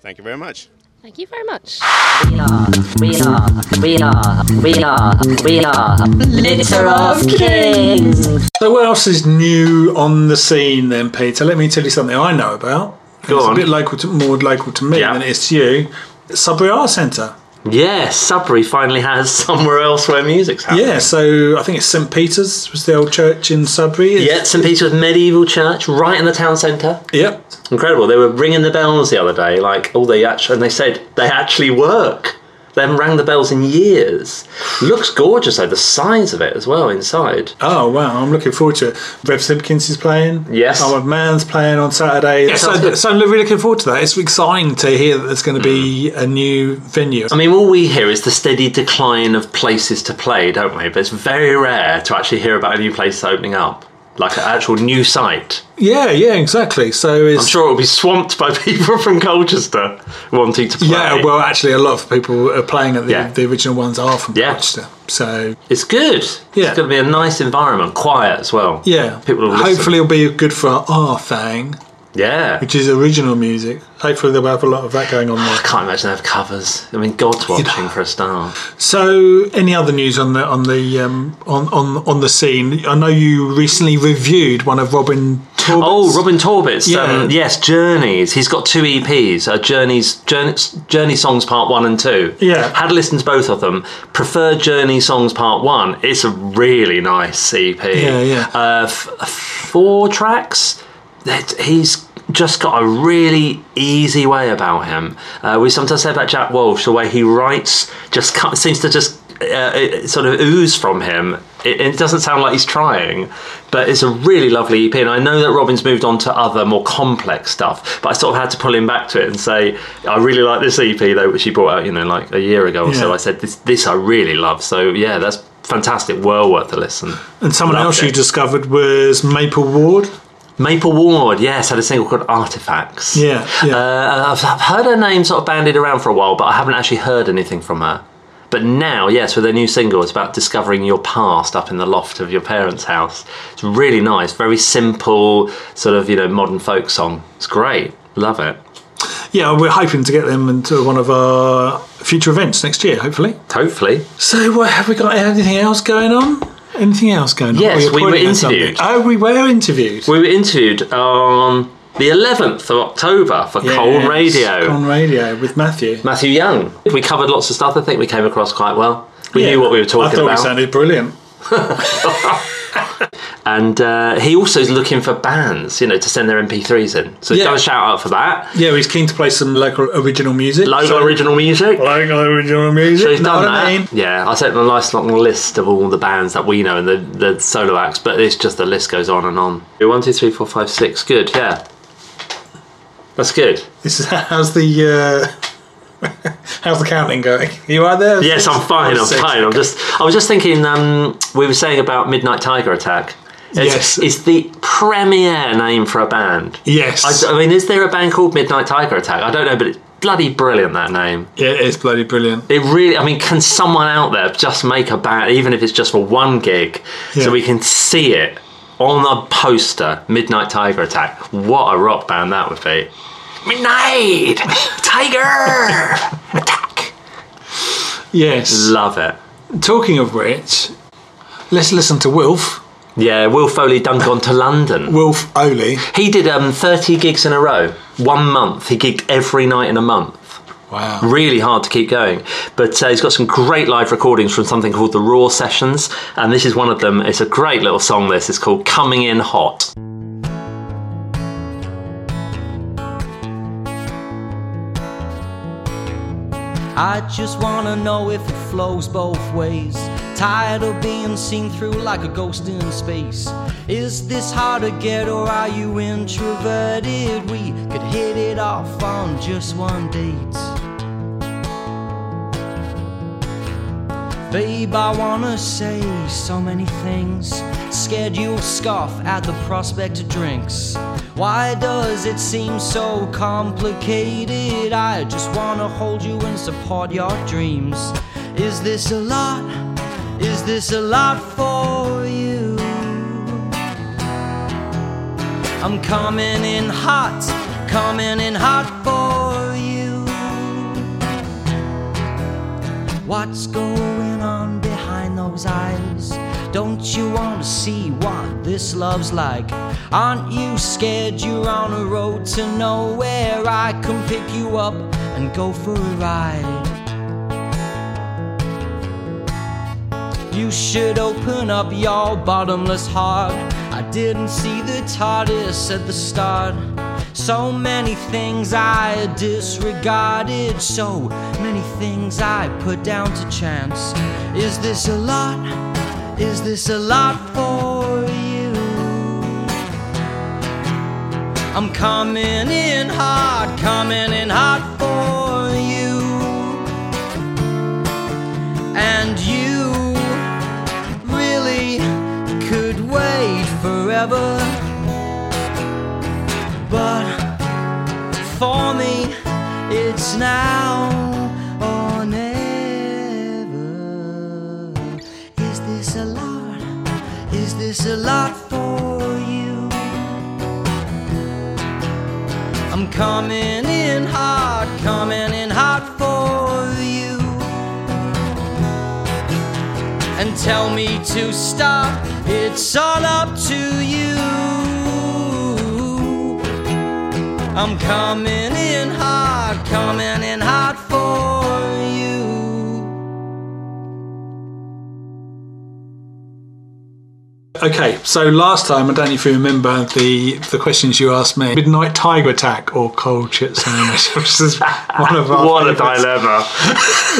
L: Thank you very much.
K: Thank you very much.
B: Uh,
D: We are, we are, we are, we are litter of kings.
B: So, what else is new on the scene then, Peter? Let me tell you something I know about.
C: Go
B: it's
C: on.
B: a bit local to, more local to me than it is to you. Sudbury Art Centre.
C: Yeah, Sudbury finally has *laughs* somewhere else where music's happening.
B: Yeah, so I think it's St Peter's was the old church in Sudbury.
C: Yeah, St Peter's medieval church, right in the town centre.
B: Yep.
C: Incredible. They were ringing the bells the other day, like all they actually, and they said they actually work. They haven't rang the bells in years. Looks gorgeous though, the size of it as well inside.
B: Oh wow, I'm looking forward to it. Rev Simpkins is playing.
C: Yes.
B: Howard Mann's playing on Saturday.
C: Yeah, sounds
B: so,
C: good.
B: so I'm really looking forward to that. It's exciting to hear that there's going to be
C: Mm.
B: a new venue.
C: I mean, all we hear is the steady decline of places to play, don't we? But it's very rare to actually hear about a new place opening up, like an actual new site.
B: Yeah, yeah, exactly. So it's
C: I'm sure it'll be swamped by *laughs* people from Colchester wanting to play.
B: Yeah, well, actually, a lot of people are playing at the,
C: Yeah.
B: the original ones are from
C: Yeah.
B: Colchester. So
C: It's good.
B: Yeah.
C: It's going to be a nice environment, quiet as well.
B: yeah,
C: People will listen.
B: hopefully it'll be good for our thing.
C: Yeah.
B: Which is original music. Hopefully, they'll have a lot of that
C: *sighs*
B: going on there. I
C: can't imagine they have covers. I mean, God's watching for a star.
B: So, any other news on the on the um, on, on on the scene? I know you recently reviewed one of Robin. Torbett's.
C: Oh, Robin Torbett's.
B: Yeah.
C: Um, yes, Journeys. He's got two EPs uh, Journeys, Journey, Journey Songs Part 1 and 2.
B: Yeah.
C: Had listened to both of them. Prefer Journey Songs Part 1. It's a really nice EP.
B: Yeah, yeah.
C: Uh, f- four tracks. That he's just got a really easy way about him. Uh, we sometimes say about Jack Walsh, the way he writes just co- seems to just uh, it sort of ooze from him. It, it doesn't sound like he's trying, but it's a really lovely EP. And I know that Robin's moved on to other more complex stuff, but I sort of had to pull him back to it and say, I really like this EP though, which he brought out, you know, like a year ago or so.
B: Yeah.
C: I said, this, this I really love. So yeah, that's fantastic. Well worth a listen.
B: And someone
C: Loved
B: else
C: it.
B: you discovered was Maple Ward.
C: Maple Ward, yes, had a single called Artifacts.
B: Yeah,
C: Uh, I've, I've heard her name sort of bandied around for a while, but I haven't actually heard anything from her. But now, yes, with her new single, it's about discovering your past up in the loft of your parents' house. It's really nice, very simple, sort of, you know, modern folk song. It's great. Love it.
B: Yeah, we're hoping to get them into one of our future events next year, hopefully.
C: Hopefully.
B: So, what, have we got anything else going on? Anything else going on? Or
C: Yes,
B: you're
C: we were
B: pointing at something?
C: interviewed.
B: Oh, we were interviewed.
C: We were interviewed on the 11th of October for Cole
B: Yes,
C: Radio.
B: On radio with Matthew.
C: Matthew Young. We covered lots of stuff. I think we came across quite well. We
B: Yeah.
C: knew what we were talking
B: I thought
C: about.
B: it sounded brilliant.
C: *laughs* and uh, he also is looking for bands, you know, to send their MP3s in. So
B: Yeah.
C: do a shout out for that.
B: Yeah, he's keen to play some local original music.
C: Local
B: So-
C: original music.
B: Local original music.
C: So he's
B: know
C: done
B: what
C: that.
B: I mean?
C: Yeah, I sent him a nice long list of all the bands that we know and the, the solo acts, but it's just the list goes on and on. One, two, three, four, five, six. Good, yeah. That's good.
B: This is *laughs* how's the uh, *laughs* how's the counting going? You are there?
C: Yes, I'm fine. I'm
B: Six.
C: fine. I'm just. I was just thinking. Um, we were saying about Midnight Tiger Attack. It's,
B: Yes.
C: it's the premier name for a band.
B: Yes.
C: I, I mean, is there a band called Midnight Tiger Attack? I don't know, but it's bloody brilliant that name.
B: Yeah, it is bloody brilliant.
C: It really. I mean, can someone out there just make a band, even if it's just for one gig,
B: Yeah.
C: so we can see it on a poster? Midnight Tiger Attack. What a rock band that would be. Midnight Tiger.
B: Yes.
C: Love it.
B: Talking of which, let's listen to Wilf.
C: Yeah, Will Foley done gone to London.
B: Wilf Oley.
C: He did um, 30 gigs in a row, one month. He gigged every night in a month.
B: Wow.
C: Really hard to keep going. But uh, he's got some great live recordings from something called the Raw Sessions, and this is one of them. It's a great little song, this. It's called Coming In Hot.
M: I just wanna know if it flows both ways. Tired of being seen through like a ghost in space. Is this hard to get or are you introverted? We could hit it off on just one date. Babe, I wanna say so many things. Scared you'll scoff at the prospect of drinks. Why does it seem so complicated? I just wanna hold you and support your dreams. Is this a lot? Is this a lot for you? I'm coming in hot, coming in hot for you. What's going on behind those eyes? Don't you want to see what this love's like? Aren't you scared you're on a road to nowhere? I can pick you up and go for a ride. You should open up your bottomless heart. I didn't see the TARDIS at the start. So many things I disregarded, so many things I put down to chance. Is this a lot? Is this a lot for you? I'm coming in hard, coming in hard for you. And you really could wait forever. But for me, it's now or never. Is this a lot? Is this a lot for you? coming in hot, coming in hot for you. And tell me to stop, it's all up to you. I'm coming in hot, coming in hot for you.
B: Okay, so last time, I don't know if you remember the, the questions you asked me Midnight Tiger Attack or Cold Chit Sandwich, *laughs* which is one of our.
C: What a
B: favourites.
C: dilemma.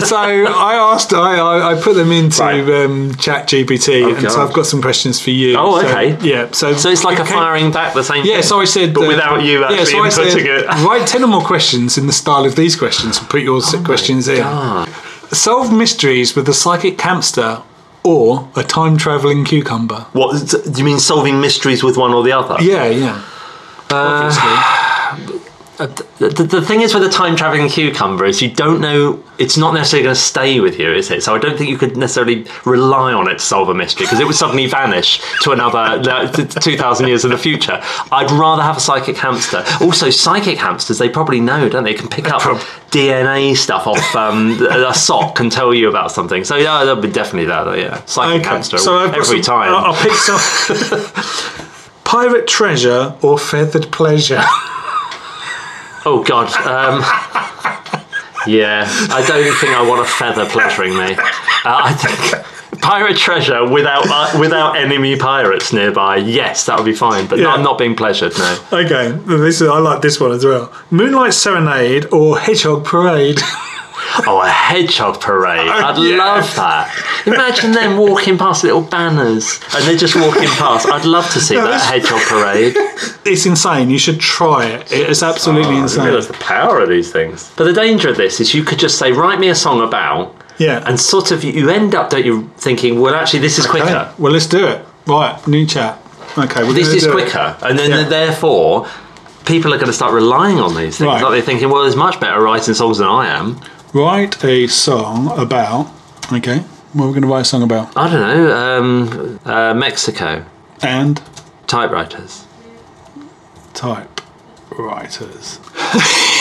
B: so I asked, I, I, I put them into um, Chat GPT,
C: Oh,
B: and so
C: God.
B: I've got some questions for you.
C: Oh,
B: So,
C: okay.
B: *laughs* yeah, so
C: so it's like a
B: okay.
C: firing back the same.
B: Yeah,
C: thing,
B: so I said,
C: but
B: uh,
C: without you actually
B: yeah, so I said,
C: inputting it. *laughs*
B: write ten or more questions in the style of these questions and put your
C: Oh,
B: questions in. Solve mysteries with a psychic hamster or a time traveling cucumber.
C: What do you mean? Solving mysteries with one or the other?
B: Yeah, yeah. Uh,
C: *sighs* The, Uh, the, the thing is with a time traveling cucumber is you don't know. It's not necessarily going to stay with you, is it? So I don't think you could necessarily rely on it to solve a mystery because it would suddenly vanish to another *laughs* like, t- two thousand years in the future. I'd rather have a psychic hamster. Also, psychic hamsters they probably know, don't they? Can pick up DNA stuff off um, a sock and tell you about something. So yeah, that'd be definitely that. Yeah, psychic hamster
B: got
C: every
B: some-
C: time.
B: I'll, I'll pick some.
C: *laughs*
B: Pirate treasure or feathered pleasure?
C: Oh God. Um, yeah, I don't think I want a feather pleasuring me. Uh, I think pirate treasure without uh, without enemy pirates nearby. Yes, that would be fine. But no,
B: Yeah.
C: I'm not being pleasured. No.
B: Okay, this is I like this one as well. Moonlight serenade or hedgehog parade? *laughs*
C: Oh, a hedgehog parade.
B: Oh,
C: I'd love that. Imagine them walking past little banners and they're just walking past. I'd love to see
B: No,
C: that
B: this-
C: hedgehog parade.
B: It's insane. You should try it. It is absolutely
C: Oh,
B: insane.
C: realise the power of these things. But the danger of this is you could just say, write me a song about.
B: Yeah.
C: And sort of, you end up, don't you, thinking, well, actually, this is quicker.
B: Okay, Well, let's do it. Right, new chat. Okay, we're
C: this
B: gonna
C: is
B: do it.
C: quicker, and then therefore people are going to start relying on these things.
B: Right.
C: Like they're thinking, well, there's much better writing songs than I am.
B: Write a song about. Okay, what are we going to write a song about?
C: I don't know, um, uh, Mexico
B: and
C: typewriters
B: Typewriters.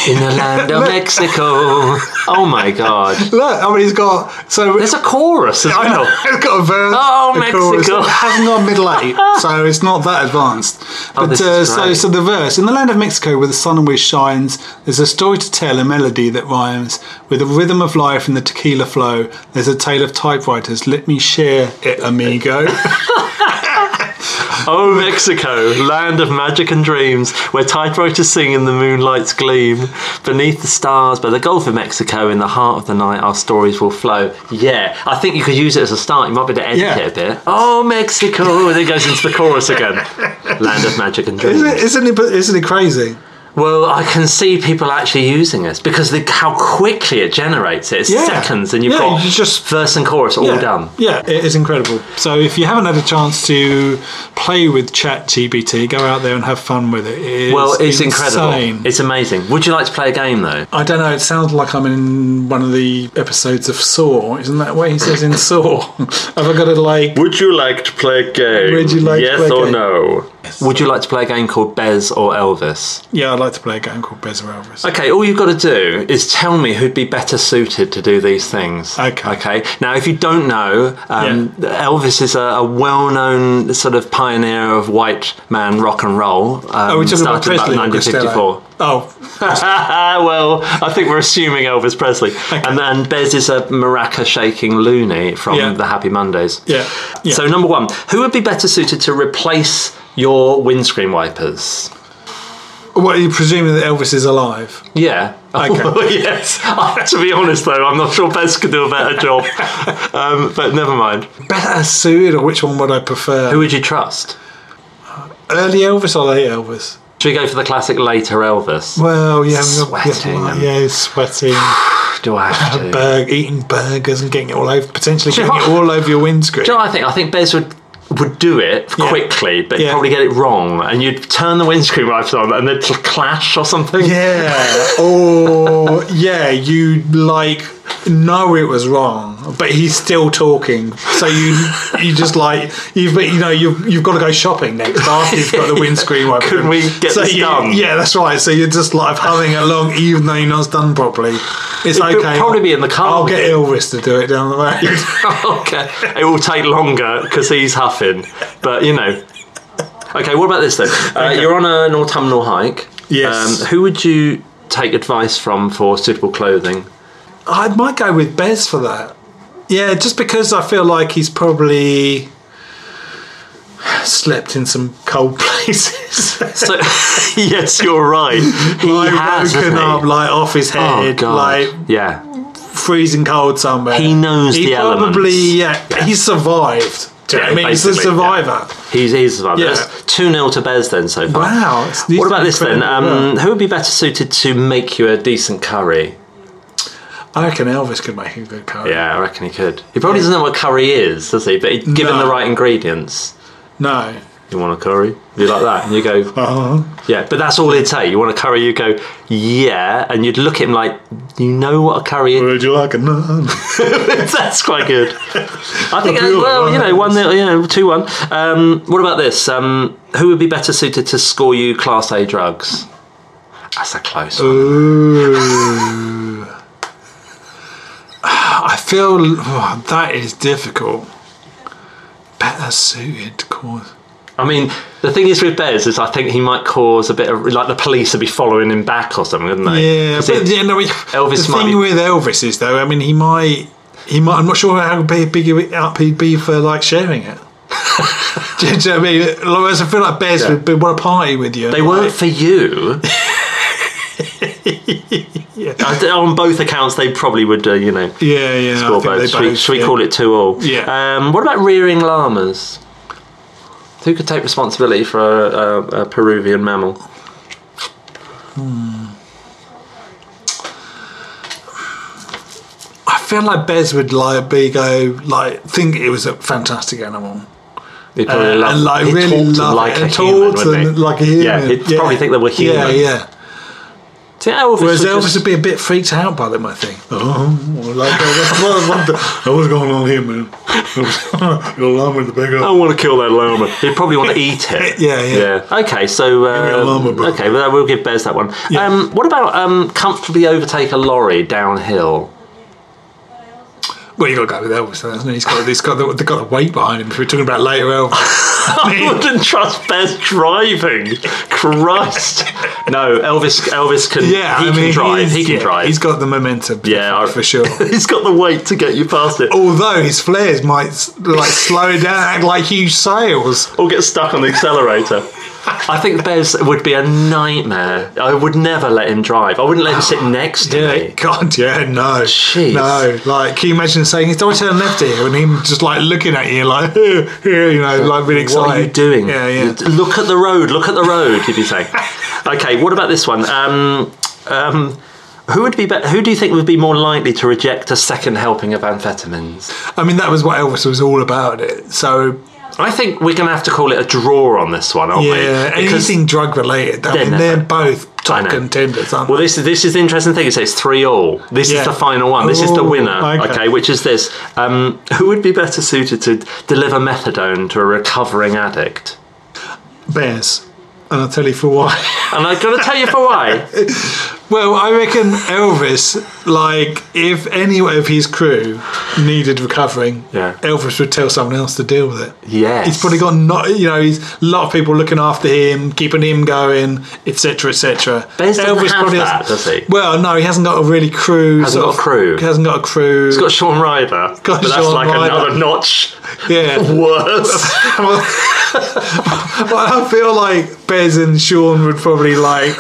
C: *laughs* in the
B: *laughs*
C: land of
B: Look.
C: Mexico. Oh my god.
B: Look, I mean, he's got so
C: there's a chorus as
B: *laughs* I know.
C: well.
B: It's got a verse.
C: Oh,
B: a chorus.
C: Mexico.
B: I haven't gone middle
C: *laughs*
B: eight, so it's not that advanced.
C: Oh,
B: But
C: this
B: uh,
C: is
B: so,
C: great.
B: so the verse in the land of Mexico, where the sun always shines, there's a story to tell, a melody that rhymes with the rhythm of life and the tequila flow. There's a tale of typewriters. Let me share it,
C: *laughs*
B: amigo.
C: Oh, Mexico, land of magic and dreams, where typewriters sing in the moonlight's gleam. Beneath the stars, by the Gulf of Mexico, in the heart of the night, our stories will flow. Yeah, I think you could use it as a start. You might be able to edit
B: Yeah.
C: it a bit. Oh, Mexico! And then it goes into the chorus again. Land of magic and dreams.
B: isn't, it, isn't it? Isn't it crazy?
C: Well, I can see people actually using this because the, how quickly it generates it. It's
B: Yeah.
C: seconds, and you've
B: Yeah,
C: got
B: you just-
C: verse and chorus all
B: yeah.
C: done.
B: Yeah, it is incredible. So if you haven't had a chance to play with ChatGPT, go out there and have fun with it. It is
C: well, it's
B: insane.
C: incredible. It's amazing. Would you like to play a game though?
B: I don't know. It sounds like I'm in one of the episodes of Saw. Isn't that what he says in Saw? *laughs* Have I got to like?
C: Would you like to play a game?
B: Would you like to play a game?
C: no? Would you like to play a game called Bez or Elvis?
B: Yeah, I'd like to play a game called Bez or Elvis.
C: Okay, all you've got to do is tell me who'd be better suited to do these things. Okay. Okay. Now, if you don't know, um, Elvis is a, a well-known sort of pioneer of white man rock and roll. Um,
B: oh, we're talking about
C: started
B: Presley or Costello.
C: 1954.
B: Oh,
C: *laughs* well, I think we're assuming Elvis Presley. And then Bez is a maraca shaking loony from
B: Yeah.
C: the Happy Mondays.
B: yeah. yeah.
C: So number one, who would be better suited to replace your windscreen wipers?
B: what are you presuming that Elvis is alive?
C: Yeah. *laughs*
B: Okay.
C: Oh, yes. *laughs* Uh, to be honest, though, I'm not sure Bez could do a better
B: *laughs*
C: job. Um, but never mind.
B: Better suited, or which one would I prefer?
C: Who would you trust?
B: Early Elvis or late Elvis?
C: Should we go for the classic later Elvis?
B: Well, yeah, I'm not- yeah,
C: Sweating
B: Yeah,
C: and-
B: he's sweating.
C: *sighs* Do I
B: *sighs*
C: have to?
B: Burg, eating burgers and getting it all over, potentially
C: Do you
B: getting it
C: know what-
B: all over your windscreen.
C: Do you know what I think? I think Bez would would do it quickly, but
B: Yeah.
C: you'd probably get it wrong, and you'd turn the windscreen wipers on,
B: *laughs*
C: and they'd cl- clash or something.
B: Yeah. Or yeah, you like know it was wrong, but he's still talking. So you you just like you've you know you've you've got to go shopping next after you've got the windscreen wiper.
C: Could we get
B: so
C: this
B: you-
C: done?
B: Yeah, that's right. So you're just like humming along, even though you know it's done properly. It's
C: It
B: okay.
C: could probably be in the car.
B: I'll get Elvis to do it down the road.
C: *laughs* *laughs* okay, it will take longer because he's huffing, but you know. Okay, what about this then? Uh, You're on an autumnal hike.
B: Yes.
C: Um, who would you take advice from for
B: *laughs*
C: suitable clothing?
B: I might go with Bez for that. Yeah, just because I feel like he's probably slept in some cold *laughs* places.
C: So, *laughs* yes, you're right. He
B: like
C: has,
B: woken
C: hasn't he?
B: up like off his
C: Oh,
B: head,
C: God.
B: like
C: yeah.
B: freezing cold somewhere.
C: He knows
B: he
C: the
B: probably,
C: elements.
B: Yeah, he survived. Do you know
C: Yeah,
B: what I mean? He's a
C: basically,
B: survivor.
C: He's, he's a survivor.
B: Yeah.
C: That's 2 0 to Bez then so far.
B: Wow, it's- these
C: What about
B: are
C: this then?
B: incredible
C: Um,
B: work.
C: who would be better suited to make you a decent curry?
B: I reckon Elvis could make a good curry.
C: Yeah, I reckon he could. He probably doesn't know what curry is, does he? But he, given the right ingredients,
B: No.
C: you want a curry? You like that? And you go,
B: Uh-huh.
C: yeah. But that's all he'd say. You want a curry? You go, yeah. And you'd look at him like, you know what a curry is?
B: Would you like a naan?
C: *laughs* that's quite good. I think,
B: A pure
C: well, you know,
B: naan.
C: one nil, you know, two one. Um, what about this? Um, who would be better suited to score you class A drugs? That's a close one.
B: Ooh. *sighs* I feel oh, that is difficult. Better suited, cause.
C: I mean, the thing is with Bez is I think he might cause a bit of like the police would be following him back or something, wouldn't they?
B: Yeah,
C: 'Cause
B: but
C: it-
B: yeah, no, he-
C: Elvis
B: the
C: might
B: thing
C: be-
B: with Elvis is though, I mean, he might, he might. I'm not sure how big, big it up he'd be for like sharing it. *laughs* Do you know what I mean? Like, whereas I feel like Bez
C: Yeah.
B: would would want to party with you.
C: they weren't
B: *laughs*
C: for you. I d- on both accounts, they probably would, uh, you know,
B: Yeah, yeah. I
C: score
B: think they
C: both. Should we,
B: both,
C: should we
B: yeah.
C: call it two all?
B: Yeah.
C: Um, what about rearing llamas? Who could take responsibility for a, a, a Peruvian mammal?
B: Hmm. I feel like Bez would like be go like think it was a fantastic animal.
C: He'd probably
B: Uh,
C: love-
B: and like
C: he'd
B: really
C: talk to them
B: love
C: like
B: it
C: a
B: and
C: human,
B: talk to
C: wouldn't
B: them
C: he?
B: like a human.
C: Yeah, he'd probably think they were
B: Yeah,
C: human.
B: yeah.
C: See, Elvis
B: Whereas
C: would
B: Elvis
C: just-
B: would be a bit freaked out by them, I think. Oh, like, what, what the, what's going on here, man? *laughs* Your llama in the big
C: I want to kill that llama. He'd
B: *laughs*
C: probably want to eat it.
B: Yeah, yeah.
C: Okay, so uh, okay, well, we'll give Bez that one. Um, what about um, comfortably overtake a lorry downhill?
B: Well, you got to go with Elvis, though, hasn't he? He's got, he's got the, they've got the weight behind him. Which we're talking about later, Elvis.
C: *laughs* I wouldn't trust Bez driving. Christ, no, Elvis. Elvis can.
B: Yeah,
C: he
B: I
C: can
B: mean,
C: drive.
B: he's-
C: He can
B: yeah,
C: drive.
B: He's got the momentum. Yeah, for sure.
C: *laughs* he's got the weight to get you past it.
B: Although his flares might like slow it down, act like huge sails,
C: or get stuck on the accelerator. I think Bez would be a nightmare. I would never let him drive. I wouldn't let him sit next to me.
B: God, yeah, no, no. Like, can you imagine saying, "Don't turn left here," and him just like looking at you, like, *laughs* you know, like being excited.
C: What are you doing?
B: Yeah, yeah.
C: Look at the road. Look at the road. He'd
B: *laughs*
C: be saying. okay, what about this one? Um, um, who would be, be Who do you think would be more likely to reject a second helping of amphetamines?
B: I mean, that was what Elvis was all about. It. So
C: I think we're going to have to call it a draw on this one, aren't we?
B: yeah,
C: Because-
B: anything drug related. I
C: They're
B: mean,
C: never-
B: they're both
C: I
B: top
C: know.
B: contenders. Aren't
C: Well, this is this is the interesting thing. It says three all. This
B: Yeah.
C: is the final one. This is the
B: Oh,
C: winner.
B: okay.
C: Okay. which is this? Um, who would be better suited to deliver methadone to a recovering addict?
B: they? Bears, and I'll tell you for why.
C: And I'm going to tell you for why.
B: *laughs* Well, I reckon Elvis, like, if any of his crew needed recovering,
C: Yeah.
B: Elvis would tell someone else to deal with it.
C: Yes.
B: He's probably got not, you know, he's a lot of people looking after him, keeping him going, etc., etc.
C: Bez doesn't have that, does he?
B: Well, no, he hasn't got a really crew.
C: Hasn't
B: sort
C: got a
B: of-
C: crew.
B: Hasn't got a crew.
C: It's got Sean Ryder.
B: Got
C: but that's
B: Sean
C: like
B: Ryder.
C: another notch
B: yeah.
C: *laughs* worse.
B: well, I feel like Bez and Sean would probably like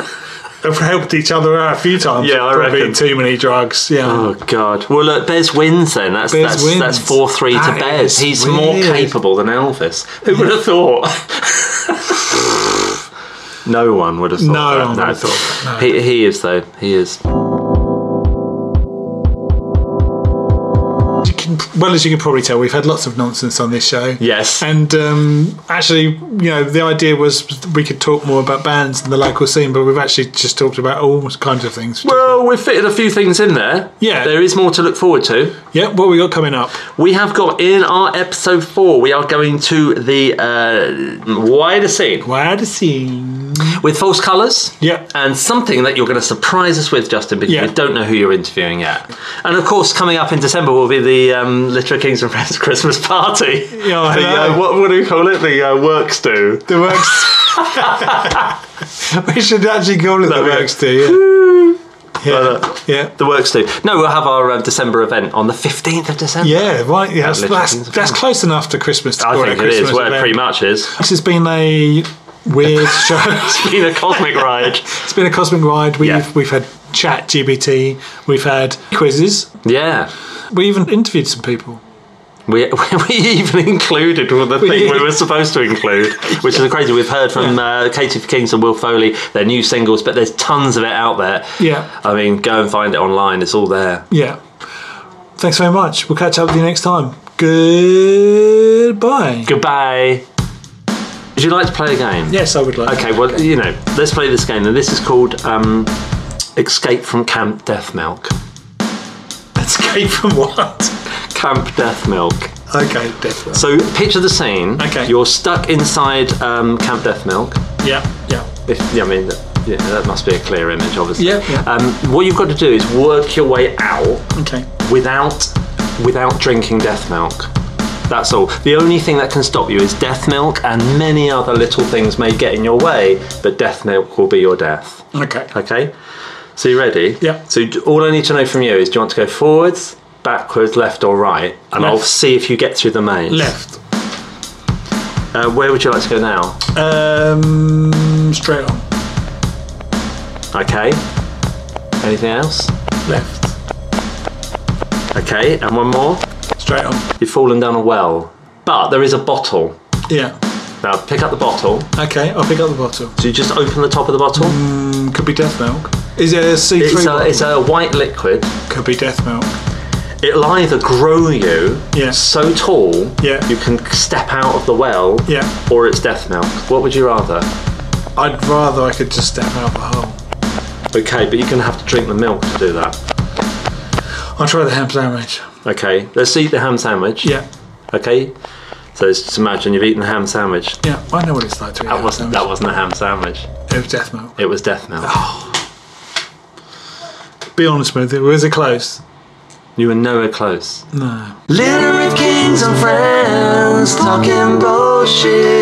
B: have helped each other out a few times.
C: Yeah, I
B: Probably
C: reckon.
B: too many drugs. Yeah.
C: Oh God! Well, look, Bez wins then. That's
B: Bez
C: that's,
B: wins.
C: that's four three to
B: That
C: Bez.
B: is
C: He's more
B: weird.
C: capable than Elvis. Who would have thought? *laughs* no one would have thought.
B: No
C: that.
B: one would have thought that, no.
C: He, he is though. He is.
B: You can, well, as you can probably tell, we've had lots of nonsense on this show.
C: Yes.
B: And um, actually, you know, the idea was we could talk more about bands and the local scene, but we've actually just talked about all kinds of things.
C: Well, well, we've fitted a few things in there. Yeah. There is more to look forward to.
B: Yeah, what we got coming up?
C: We have got in our episode four, we are going to the uh, wider scene.
B: Wider scene.
C: With false colours.
B: Yeah.
C: And something that you're going to surprise us with, Justin, because
B: Yeah.
C: we don't know who you're interviewing yet. And of course, coming up in December will be the um, Literature Kings and Friends *laughs* Christmas party.
B: Yeah, I
C: the,
B: know.
C: uh, what, what do you call it? The uh, works do.
B: The works. *laughs* we should actually call it the works
C: *laughs* do.
B: Yeah. yeah.
C: The works do. No, we'll have our uh, December event on the 15th of December.
B: Yeah, right. Yeah,
C: At
B: that's,
C: Literature
B: that's,
C: Kings and
B: that's
C: Friends.
B: close enough to Christmas to
C: I
B: call it
C: think
B: a
C: it
B: Christmas
C: is. Well, it
B: event.
C: pretty much is.
B: This has been a
C: *laughs*
B: weird show. it's
C: been a
B: *laughs*
C: cosmic ride.
B: It's been a cosmic ride. We've we've had chat GBT. We've had quizzes.
C: Yeah.
B: We even interviewed some people.
C: We, *laughs* we even included the thing we were supposed to
B: *laughs*
C: include, which is crazy. We've heard from uh, Katie for Kings and Will Foley, their new singles, but there's tons of it out there.
B: Yeah.
C: I mean, go and find it online, it's all there.
B: Yeah. Thanks very much. We'll catch up with you next time. Goodbye.
C: Goodbye. Would you like to play a game?
B: Yes, I would like.
C: Okay, well, you know, let's play this game, and this is called um, Escape from Camp Death Milk.
B: *laughs* Escape from what?
C: Camp Death Milk.
B: Okay, definitely.
C: So, picture the scene. Okay. You're stuck inside um, Camp Death Milk.
B: Yeah, yeah.
C: If, yeah, I mean, yeah, that must be a clear image, obviously.
B: Yeah, yeah.
C: Um, what you've got to do is work your way out
B: Okay.
C: without without drinking death milk. That's all. The only thing that can stop you is death milk, and many other little things may get in your way, but death milk will be your death.
B: Okay.
C: Okay. So you ready? Yeah. So d- all I need to know from you is, do you want to go forwards, backwards, left, or right? And I'll
B: Left.
C: see if you get through the maze.
B: Left.
C: Uh, where would you like to go now?
B: Um, straight on.
C: Okay. Anything else?
B: Left.
C: Okay, and one more.
B: Straight on.
C: You've fallen down a well, but there is a bottle.
B: Yeah.
C: Now pick up the bottle.
B: Okay, I'll pick up the bottle.
C: So you just open the top of the bottle.
B: Mm, could be death milk. Is it a C3
C: It's a,
B: bottle?
C: it's a white liquid.
B: Could be death milk.
C: It'll either grow you so tall you can step out of the well,
B: Yeah.
C: or it's death milk. What would you rather?
B: I'd rather I could just step out of the hole.
C: Okay, but you're going to have to drink the milk to do that.
B: I'll try the ham sandwich.
C: Okay, let's eat the ham sandwich.
B: Yeah.
C: Okay, so let's just imagine you've eaten a ham sandwich.
B: Yeah, I know what it's like to eat
C: That wasn't that wasn't a ham sandwich.
B: It was death milk. Oh,
C: It was death milk.
B: Be honest with you, was it close?
C: You were nowhere close.
B: No.
A: Litter of kings and friends talking bullshit.